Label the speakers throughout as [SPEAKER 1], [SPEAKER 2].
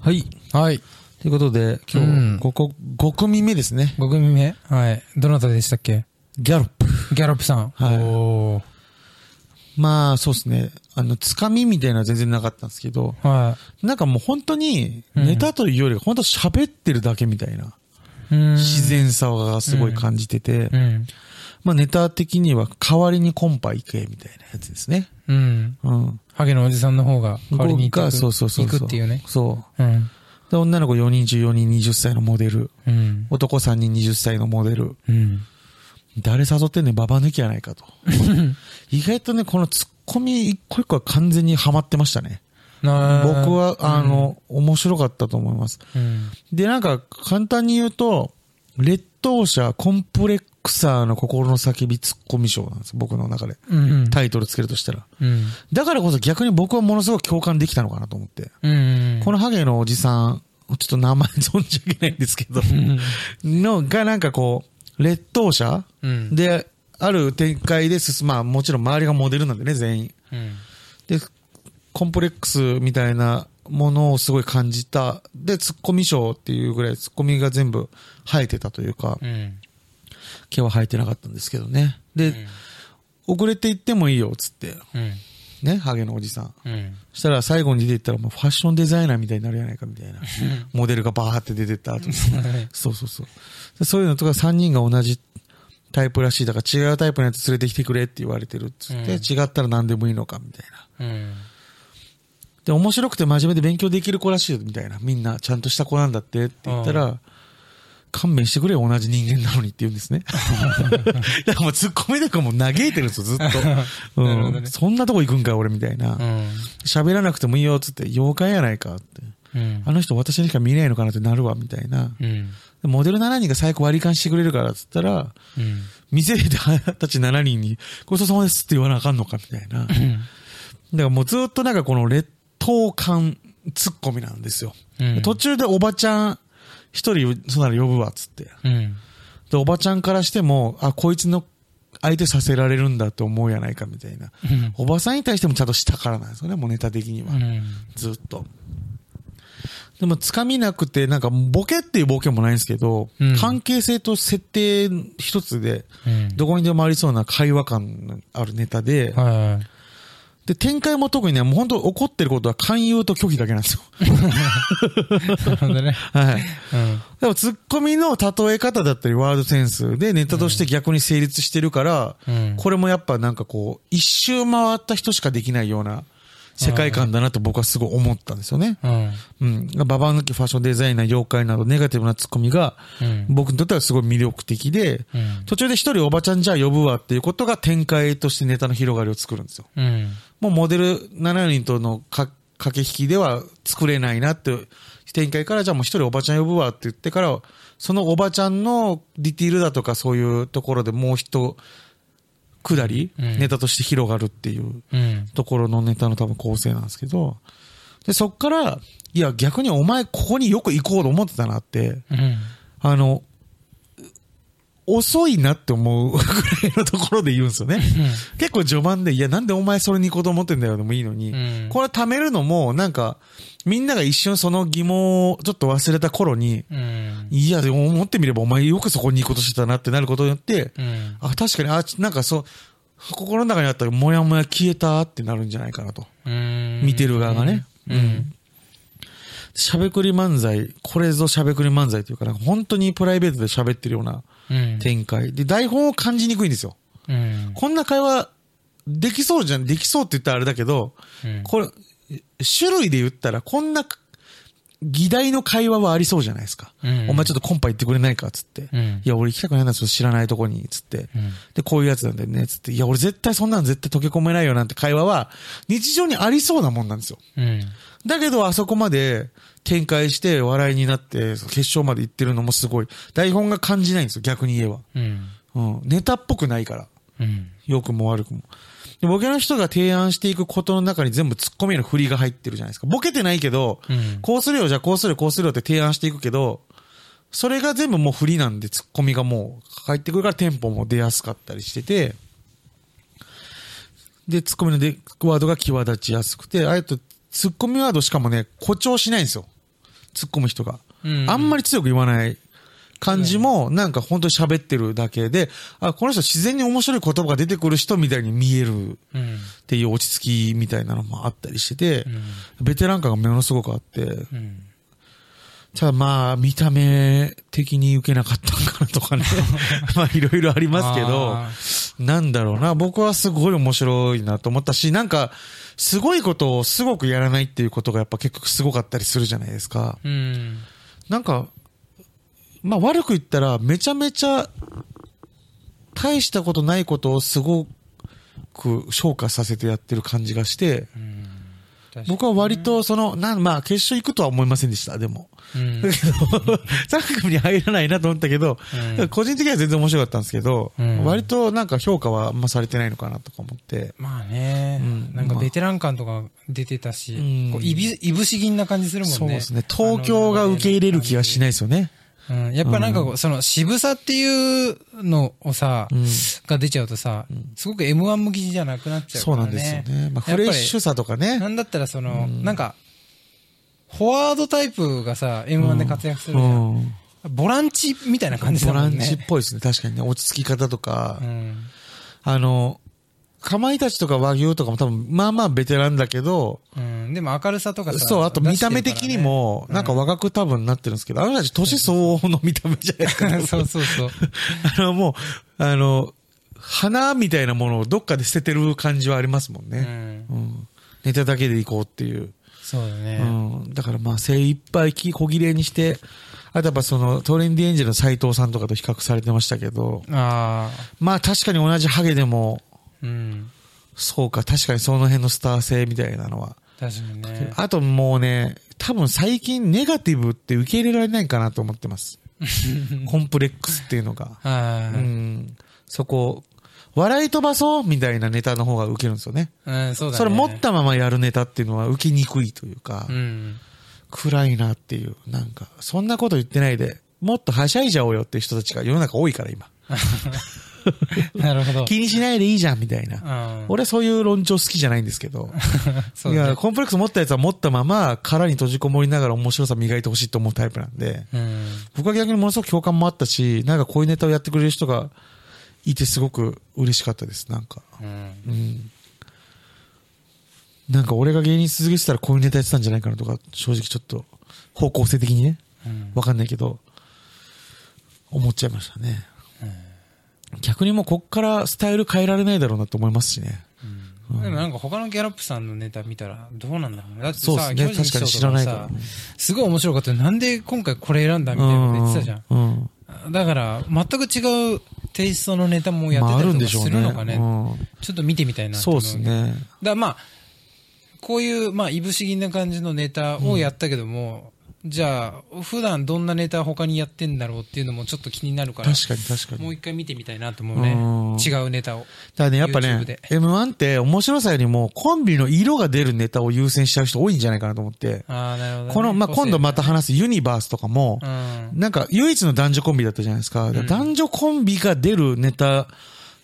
[SPEAKER 1] はい。
[SPEAKER 2] はい。
[SPEAKER 1] ということで、今
[SPEAKER 2] うん
[SPEAKER 1] 日、ここ5組目ですね。
[SPEAKER 2] 5組目はい。どなたでしたっけ
[SPEAKER 1] ギャロップ。
[SPEAKER 2] ギャロップさん。
[SPEAKER 1] はい
[SPEAKER 2] おー
[SPEAKER 1] まあ、そうですね。あの、つかみみたいなのは全然なかったんですけど、
[SPEAKER 2] は
[SPEAKER 1] なんかもう本当に、
[SPEAKER 2] うん
[SPEAKER 1] ネタというより、本当喋ってるだけみたいな、
[SPEAKER 2] い。うーん
[SPEAKER 1] 自。然さがすごい感じてて
[SPEAKER 2] う、ん。
[SPEAKER 1] まあネタ的には代わりにコンパ行けみたいなやつですね。
[SPEAKER 2] うん。
[SPEAKER 1] うん。
[SPEAKER 2] ハゲのおじさんの方が代わりに行
[SPEAKER 1] 僕が
[SPEAKER 2] く。
[SPEAKER 1] そうそうそうそう。
[SPEAKER 2] 行くっていうね。
[SPEAKER 1] そ
[SPEAKER 2] うん。
[SPEAKER 1] う。で、女の子4人中4人20歳のモデル。
[SPEAKER 2] うん。
[SPEAKER 1] 男3人20歳のモデル。
[SPEAKER 2] うん。
[SPEAKER 1] 誰誘ってんねん、ババ抜きやない かと。意外とね、このツッコミ一個一個は完全にハマってましたね。
[SPEAKER 2] なー
[SPEAKER 1] 僕、は、あの、面白かったと思います。
[SPEAKER 2] うん。
[SPEAKER 1] で、なんか、簡単に言うと、劣等者、コンプレックサーの心の叫びツッコミ賞なんです、僕の中で。
[SPEAKER 2] うん。
[SPEAKER 1] タイトルつけるとしたら。
[SPEAKER 2] うん。
[SPEAKER 1] だからこそ逆に僕はものすごく共感できたのかなと思って。
[SPEAKER 2] うん。
[SPEAKER 1] このハゲのおじさん、ちょっと名前存じ上げないんですけど、の、がなんかこう、劣等者
[SPEAKER 2] うん。
[SPEAKER 1] で、ある展開で進むまあもちろん周りがモデルなんでね、全員。
[SPEAKER 2] うん。
[SPEAKER 1] で、コンプレックスみたいなものをすごい感じた。で、ツッコミ賞っていうぐらいツッコミが全部生えてたというか、
[SPEAKER 2] うん。
[SPEAKER 1] 毛は生えてなかったんですけどね。で、遅れて行ってもいいよ、つって。
[SPEAKER 2] うん。
[SPEAKER 1] ね、ハゲのおじさん。
[SPEAKER 2] うん。
[SPEAKER 1] そしたら最後に出ていったらもうファッションデザイナーみたいになるやないかみたいな。モデルがバーって出てった後に。そうそうそう。でそういうのとか3人が同じタイプらしい。だから違うタイプのやつ連れてきてくれって言われてるっつって、
[SPEAKER 2] うん
[SPEAKER 1] 違ったら何でもいいのかみたいな。
[SPEAKER 2] うん。
[SPEAKER 1] で、面白くて真面目で勉強できる子らしいよみたいな。みんなちゃんとした子なんだってって言ったら、勘弁してくれよ、同じ人間なのにって言うんです ね。だからもうツッコミとかもう嘆いてるんですよ、ずっ と。
[SPEAKER 2] なるほ
[SPEAKER 1] う
[SPEAKER 2] ど
[SPEAKER 1] ん、
[SPEAKER 2] ね
[SPEAKER 1] そんなとこ行くんか、俺みたいな。
[SPEAKER 2] うん。
[SPEAKER 1] 喋らなくてもいいよっつって、妖怪やないかって。
[SPEAKER 2] うん。
[SPEAKER 1] あの人私にしか見えないのかなってなるわ、みたいな。
[SPEAKER 2] うん。
[SPEAKER 1] でモデル7人が最高割り勘してくれるからっつったら、
[SPEAKER 2] うん。
[SPEAKER 1] 店でたち7人に、ごちそうさまですって言わなあかんのか、みたいな。だからもうずっとなんかこの劣等感ツッコミなんですよ。
[SPEAKER 2] うん
[SPEAKER 1] 途中でおばちゃん、一人、そんなら呼ぶわ、っつって。
[SPEAKER 2] うん。
[SPEAKER 1] で、おばちゃんからしても、あ、こいつの相手させられるんだって思うやないか、みたいな。
[SPEAKER 2] うん。
[SPEAKER 1] おばさんに対してもちゃんと下からなんですよね、もうネタ的には。
[SPEAKER 2] うん。
[SPEAKER 1] ずっと。でも、つかみなくて、なんか、ボケっていうボケもないんですけど、
[SPEAKER 2] うん
[SPEAKER 1] 関係性と設定一つで、
[SPEAKER 2] うん。
[SPEAKER 1] どこにでもありそうな会話感のあるネタで、
[SPEAKER 2] はい。
[SPEAKER 1] で、展開も特にね、もう本当怒ってることは勧誘と拒否だけなん ですよ。
[SPEAKER 2] なるほどね。
[SPEAKER 1] はい。
[SPEAKER 2] うん。
[SPEAKER 1] でも、ツッコミの例え方だったり、ワードセンスでネタとして逆に成立してるから、
[SPEAKER 2] うん
[SPEAKER 1] これもやっぱなんかこう、一周回った人しかできないような世界観だなと僕はすごい思ったんですよね。
[SPEAKER 2] うん。
[SPEAKER 1] うん。ババ抜き、ファッションデザイナー、妖怪などネガティブなツッコミが、
[SPEAKER 2] うん。
[SPEAKER 1] 僕にとってはすごい魅力的で、
[SPEAKER 2] うん。
[SPEAKER 1] 途中で一人おばちゃんじゃあ呼ぶわっていうことが展開としてネタの広がりを作るんですよ。
[SPEAKER 2] うん。
[SPEAKER 1] もうモデル7人とのか駆け引きでは作れないなっていう展開から、じゃあもう一人おばちゃん呼ぶわって言ってから、そのおばちゃんのディティールだとかそういうところでもう一下り、
[SPEAKER 2] うん
[SPEAKER 1] ネタとして広がるっていう
[SPEAKER 2] うん。
[SPEAKER 1] ところのネタの多分構成なんですけど、で、そっから、いや、逆にお前ここによく行こうと思ってたなって、
[SPEAKER 2] うん。
[SPEAKER 1] あの、遅いなって思うぐらいのところで言うんですよね。結構序盤で、いや、なんでお前それに行こうと思ってんだよでもいいのに、
[SPEAKER 2] うん
[SPEAKER 1] これ貯めるのも、なんか、みんなが一瞬その疑問をちょっと忘れた頃に、
[SPEAKER 2] うん。
[SPEAKER 1] いや、でも思ってみればお前よくそこに行こうとしてたなってなることによって、
[SPEAKER 2] うん。
[SPEAKER 1] あ、確かに、あ、なんかそう、心の中にあったもやもや消えたってなるんじゃないかなと。
[SPEAKER 2] うん。
[SPEAKER 1] 見てる側がね。
[SPEAKER 2] う
[SPEAKER 1] うんん。しゃべくり漫才、これぞしゃべくり漫才というか、なんか本当にプライベートで喋ってるような
[SPEAKER 2] うん。
[SPEAKER 1] 展開。で、台本を感じにくいんですよ。
[SPEAKER 2] うん。
[SPEAKER 1] こんな会話、できそうじゃん、できそうって言ったらあれだけど、
[SPEAKER 2] うん。
[SPEAKER 1] これ、種類で言ったら、こんな、議題の会話はありそうじゃないですか。
[SPEAKER 2] うん
[SPEAKER 1] お前ちょっとコンパ行ってくれないかっつって。
[SPEAKER 2] うん
[SPEAKER 1] いや、俺行きたくないんだよ、知らないとこに、つって。
[SPEAKER 2] うん
[SPEAKER 1] で、こういうやつなんだよね、つって。いや、俺絶対そんなの絶対溶け込めないよなんて会話は、日常にありそうなもんなんですよ。
[SPEAKER 2] うん。
[SPEAKER 1] だけど、あそこまで展開して笑いになって、決勝まで行ってるのもすごい。台本が感じないんですよ、逆に言えば。
[SPEAKER 2] うん。
[SPEAKER 1] うん。ネタっぽくないから。
[SPEAKER 2] うん。
[SPEAKER 1] 良くも悪くも。で、ボケの人が提案していくことの中に全部ツッコミの振りが入ってるじゃないですか。ボケてないけど、
[SPEAKER 2] うん
[SPEAKER 1] こうするよ、じゃあこうするよ、こうするよって提案していくけど、それが全部もう振りなんでツッコミがもう入ってくるからテンポも出やすかったりしてて、で、ツッコミのでワードが際立ちやすくて、あえてツッコミワードしかもね、誇張しないんですよ。突っ込む人が。
[SPEAKER 2] うん
[SPEAKER 1] あんまり強く言わない感じも、なんか本当に喋ってるだけで、あ、この人自然に面白い言葉が出てくる人みたいに見えるっ
[SPEAKER 2] うん。
[SPEAKER 1] ていう落ち着きみたいなのもあったりしてて
[SPEAKER 2] う、ん。
[SPEAKER 1] ベテラン感がものすごくあって、
[SPEAKER 2] うん。
[SPEAKER 1] ただまあ、見た目的に受けなかったんかなとか ね、まあいろいろありますけど、
[SPEAKER 2] あ
[SPEAKER 1] なんだろうな、僕はすごい面白いなと思ったし、なんか、すごいことをすごくやらないっていうことがやっぱ結局すごかったりするじゃないですか。
[SPEAKER 2] ー。うん。
[SPEAKER 1] なんか、まあ悪く言ったら、めちゃめちゃ、大したことないことをすごく昇華させてやってる感じがして、
[SPEAKER 2] うん確かに
[SPEAKER 1] 僕は割とその、なん、まあ決勝行くとは思いませんでした、でも。
[SPEAKER 2] うん
[SPEAKER 1] だ けど、3組に入らないなと思ったけど、
[SPEAKER 2] うん
[SPEAKER 1] 個人的には全然面白かったんですけど、
[SPEAKER 2] うん
[SPEAKER 1] 割となんか評価はあんまされてないのかなとか思って。
[SPEAKER 2] まあね
[SPEAKER 1] うん、
[SPEAKER 2] なんかベテラン感とか出てたし
[SPEAKER 1] うん、
[SPEAKER 2] こういび、いぶし銀な感じするもんね。
[SPEAKER 1] そうですね。東京が受け入れる気がしないですよね。
[SPEAKER 2] うん、やっぱなんかこう、その渋さっていうのをさ、
[SPEAKER 1] うん
[SPEAKER 2] が出ちゃうとさ、すごく M1 向きじゃなくなっちゃうか
[SPEAKER 1] そう
[SPEAKER 2] らね。
[SPEAKER 1] なんですよね。まあ、
[SPEAKER 2] や
[SPEAKER 1] フ
[SPEAKER 2] っ
[SPEAKER 1] レ
[SPEAKER 2] ぱり
[SPEAKER 1] ッシュさとかね。
[SPEAKER 2] なんだったらその、なんか、フォワードタイプがさ、M1 で活躍するじゃん。
[SPEAKER 1] うん
[SPEAKER 2] ボランチみたいな感じ
[SPEAKER 1] ボ
[SPEAKER 2] だ
[SPEAKER 1] ラ
[SPEAKER 2] もん
[SPEAKER 1] ン
[SPEAKER 2] ね。
[SPEAKER 1] チっぽいですね。確かにね。落ち着き方とか、
[SPEAKER 2] うん。
[SPEAKER 1] あの、かまいたちとか和牛とかも多分、まあまあベテランだけど、
[SPEAKER 2] うん。でも明るさとかさ。
[SPEAKER 1] そう、あと見た目的にも、
[SPEAKER 2] 出
[SPEAKER 1] な
[SPEAKER 2] し
[SPEAKER 1] ん
[SPEAKER 2] て
[SPEAKER 1] か
[SPEAKER 2] る
[SPEAKER 1] 若く多分なってるんですけど、あの人たち年相応の見た目じゃないです
[SPEAKER 2] か
[SPEAKER 1] から
[SPEAKER 2] ね。 そうそうそう。
[SPEAKER 1] あの、もう、あの、花みたいなものをどっかで捨ててる感じはありますもん
[SPEAKER 2] う
[SPEAKER 1] ね。
[SPEAKER 2] ん。
[SPEAKER 1] うん。ネタだけでいこうっていう。
[SPEAKER 2] そうだ
[SPEAKER 1] う
[SPEAKER 2] ね。
[SPEAKER 1] ん。だからまあ、精一杯き小切れにして、あとやっぱその、トレンディエンジェルの斎藤さんとかと比較されてましたけど、
[SPEAKER 2] ああ。
[SPEAKER 1] まあ確かに同じハゲでも、
[SPEAKER 2] うん。
[SPEAKER 1] そうか、確かにその辺のスター性みたいなのは。
[SPEAKER 2] 確かにね。
[SPEAKER 1] あともうね、多分最近ネガティブって受け入れられないかなと思って ます。コンプレックスっていうのが。
[SPEAKER 2] は
[SPEAKER 1] う
[SPEAKER 2] い。
[SPEAKER 1] ん。そこ、笑い飛ばそうみたいなネタの方が受けるんですよね。
[SPEAKER 2] うん、そうだね。
[SPEAKER 1] それ持ったままやるネタっていうのは受けにくいというか、
[SPEAKER 2] うん。
[SPEAKER 1] 暗いなっていう、なんか、そんなこと言ってないで、もっとはしゃいじゃおうよっていう人たちが世の中多いから今。
[SPEAKER 2] なるほど。
[SPEAKER 1] 気にしないでいいじゃんみたいな。
[SPEAKER 2] うん。
[SPEAKER 1] 俺はそういう論調好きじゃないんですけど。
[SPEAKER 2] そう
[SPEAKER 1] い
[SPEAKER 2] だ
[SPEAKER 1] や、
[SPEAKER 2] ね。
[SPEAKER 1] コンプレックス持ったやつは持ったまま、殻に閉じこもりながら面白さ磨いてほしいと思うタイプなんで、
[SPEAKER 2] うん。
[SPEAKER 1] 僕は逆にものすごく共感もあったし、なんかこういうネタをやってくれる人がいてすごく嬉しかったです、なんか。
[SPEAKER 2] うん
[SPEAKER 1] うん。なんか俺が芸人続けてたらこういうネタやってたんじゃないかなとか、正直ちょっと、方向性的にね、
[SPEAKER 2] うん。
[SPEAKER 1] わかんないけど、思っちゃいましたね。逆にもうこっからスタイル変えられないだろうなと思いますしね。
[SPEAKER 2] でもなんか他のギャラップさんのネタ見たらどうなんだろうねだって
[SPEAKER 1] そうっす
[SPEAKER 2] さ、
[SPEAKER 1] ね
[SPEAKER 2] 巨人師匠と
[SPEAKER 1] 確か
[SPEAKER 2] かも
[SPEAKER 1] に知らないから
[SPEAKER 2] さ、すごい面白かったよなんで今回これ選んだみたいなこと言ってたじゃん。
[SPEAKER 1] うん。うん
[SPEAKER 2] だから、全く違うテイストのネタもやってたりとかするのかね。
[SPEAKER 1] うん
[SPEAKER 2] ちょっと見てみたいなって
[SPEAKER 1] そう
[SPEAKER 2] 思
[SPEAKER 1] です。ね。
[SPEAKER 2] だからまあ、こういう、まあ、いぶし銀な感じのネタをやったけども、じゃあ、普段どんなネタ他にやってんだろうっていうのもちょっと気になるから、
[SPEAKER 1] 確かに確かに。
[SPEAKER 2] もう一回見てみたいなと思
[SPEAKER 1] うん
[SPEAKER 2] うね。違うネタを。
[SPEAKER 1] ただね、やっぱ
[SPEAKER 2] YouTube
[SPEAKER 1] ね
[SPEAKER 2] で、
[SPEAKER 1] M1 って面白さよりもコンビの色が出るネタを優先しちゃう人多いんじゃないかなと思って。
[SPEAKER 2] ああ、なるほどね、
[SPEAKER 1] この、まあ、
[SPEAKER 2] 個性
[SPEAKER 1] 今度また話すユニバースとかも
[SPEAKER 2] う、ん。
[SPEAKER 1] なんか唯一の男女コンビだったじゃないですか。
[SPEAKER 2] ん
[SPEAKER 1] 男女コンビが出るネタ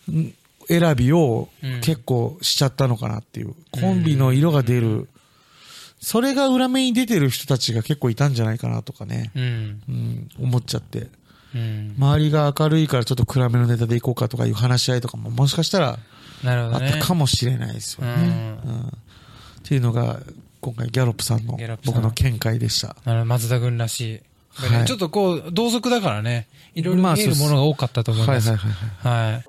[SPEAKER 1] ん選びを
[SPEAKER 2] うん
[SPEAKER 1] 結構しちゃったのかなっていう。コンビの色が出る。それが裏目に出てる人たちが結構いたんじゃないかなとかね。
[SPEAKER 2] うん。
[SPEAKER 1] うん、思っちゃって。
[SPEAKER 2] うん。
[SPEAKER 1] 周りが明るいからちょっと暗めのネタでいこうかとかいう話し合いとかももしかしたら
[SPEAKER 2] なるほ
[SPEAKER 1] あ
[SPEAKER 2] ど
[SPEAKER 1] っ
[SPEAKER 2] ね。
[SPEAKER 1] たかもしれないですよね。
[SPEAKER 2] う
[SPEAKER 1] うんっていうのが今回ギャロップさんの
[SPEAKER 2] ギャロップさん
[SPEAKER 1] 僕の見解でした。
[SPEAKER 2] なるほど松田君らしい。
[SPEAKER 1] はい
[SPEAKER 2] ちょっとこう、同族だからね、いろいろ
[SPEAKER 1] まあ
[SPEAKER 2] 見えるものが多かったと思い
[SPEAKER 1] はいはい
[SPEAKER 2] ます。
[SPEAKER 1] はい
[SPEAKER 2] はい
[SPEAKER 1] はい。
[SPEAKER 2] はい。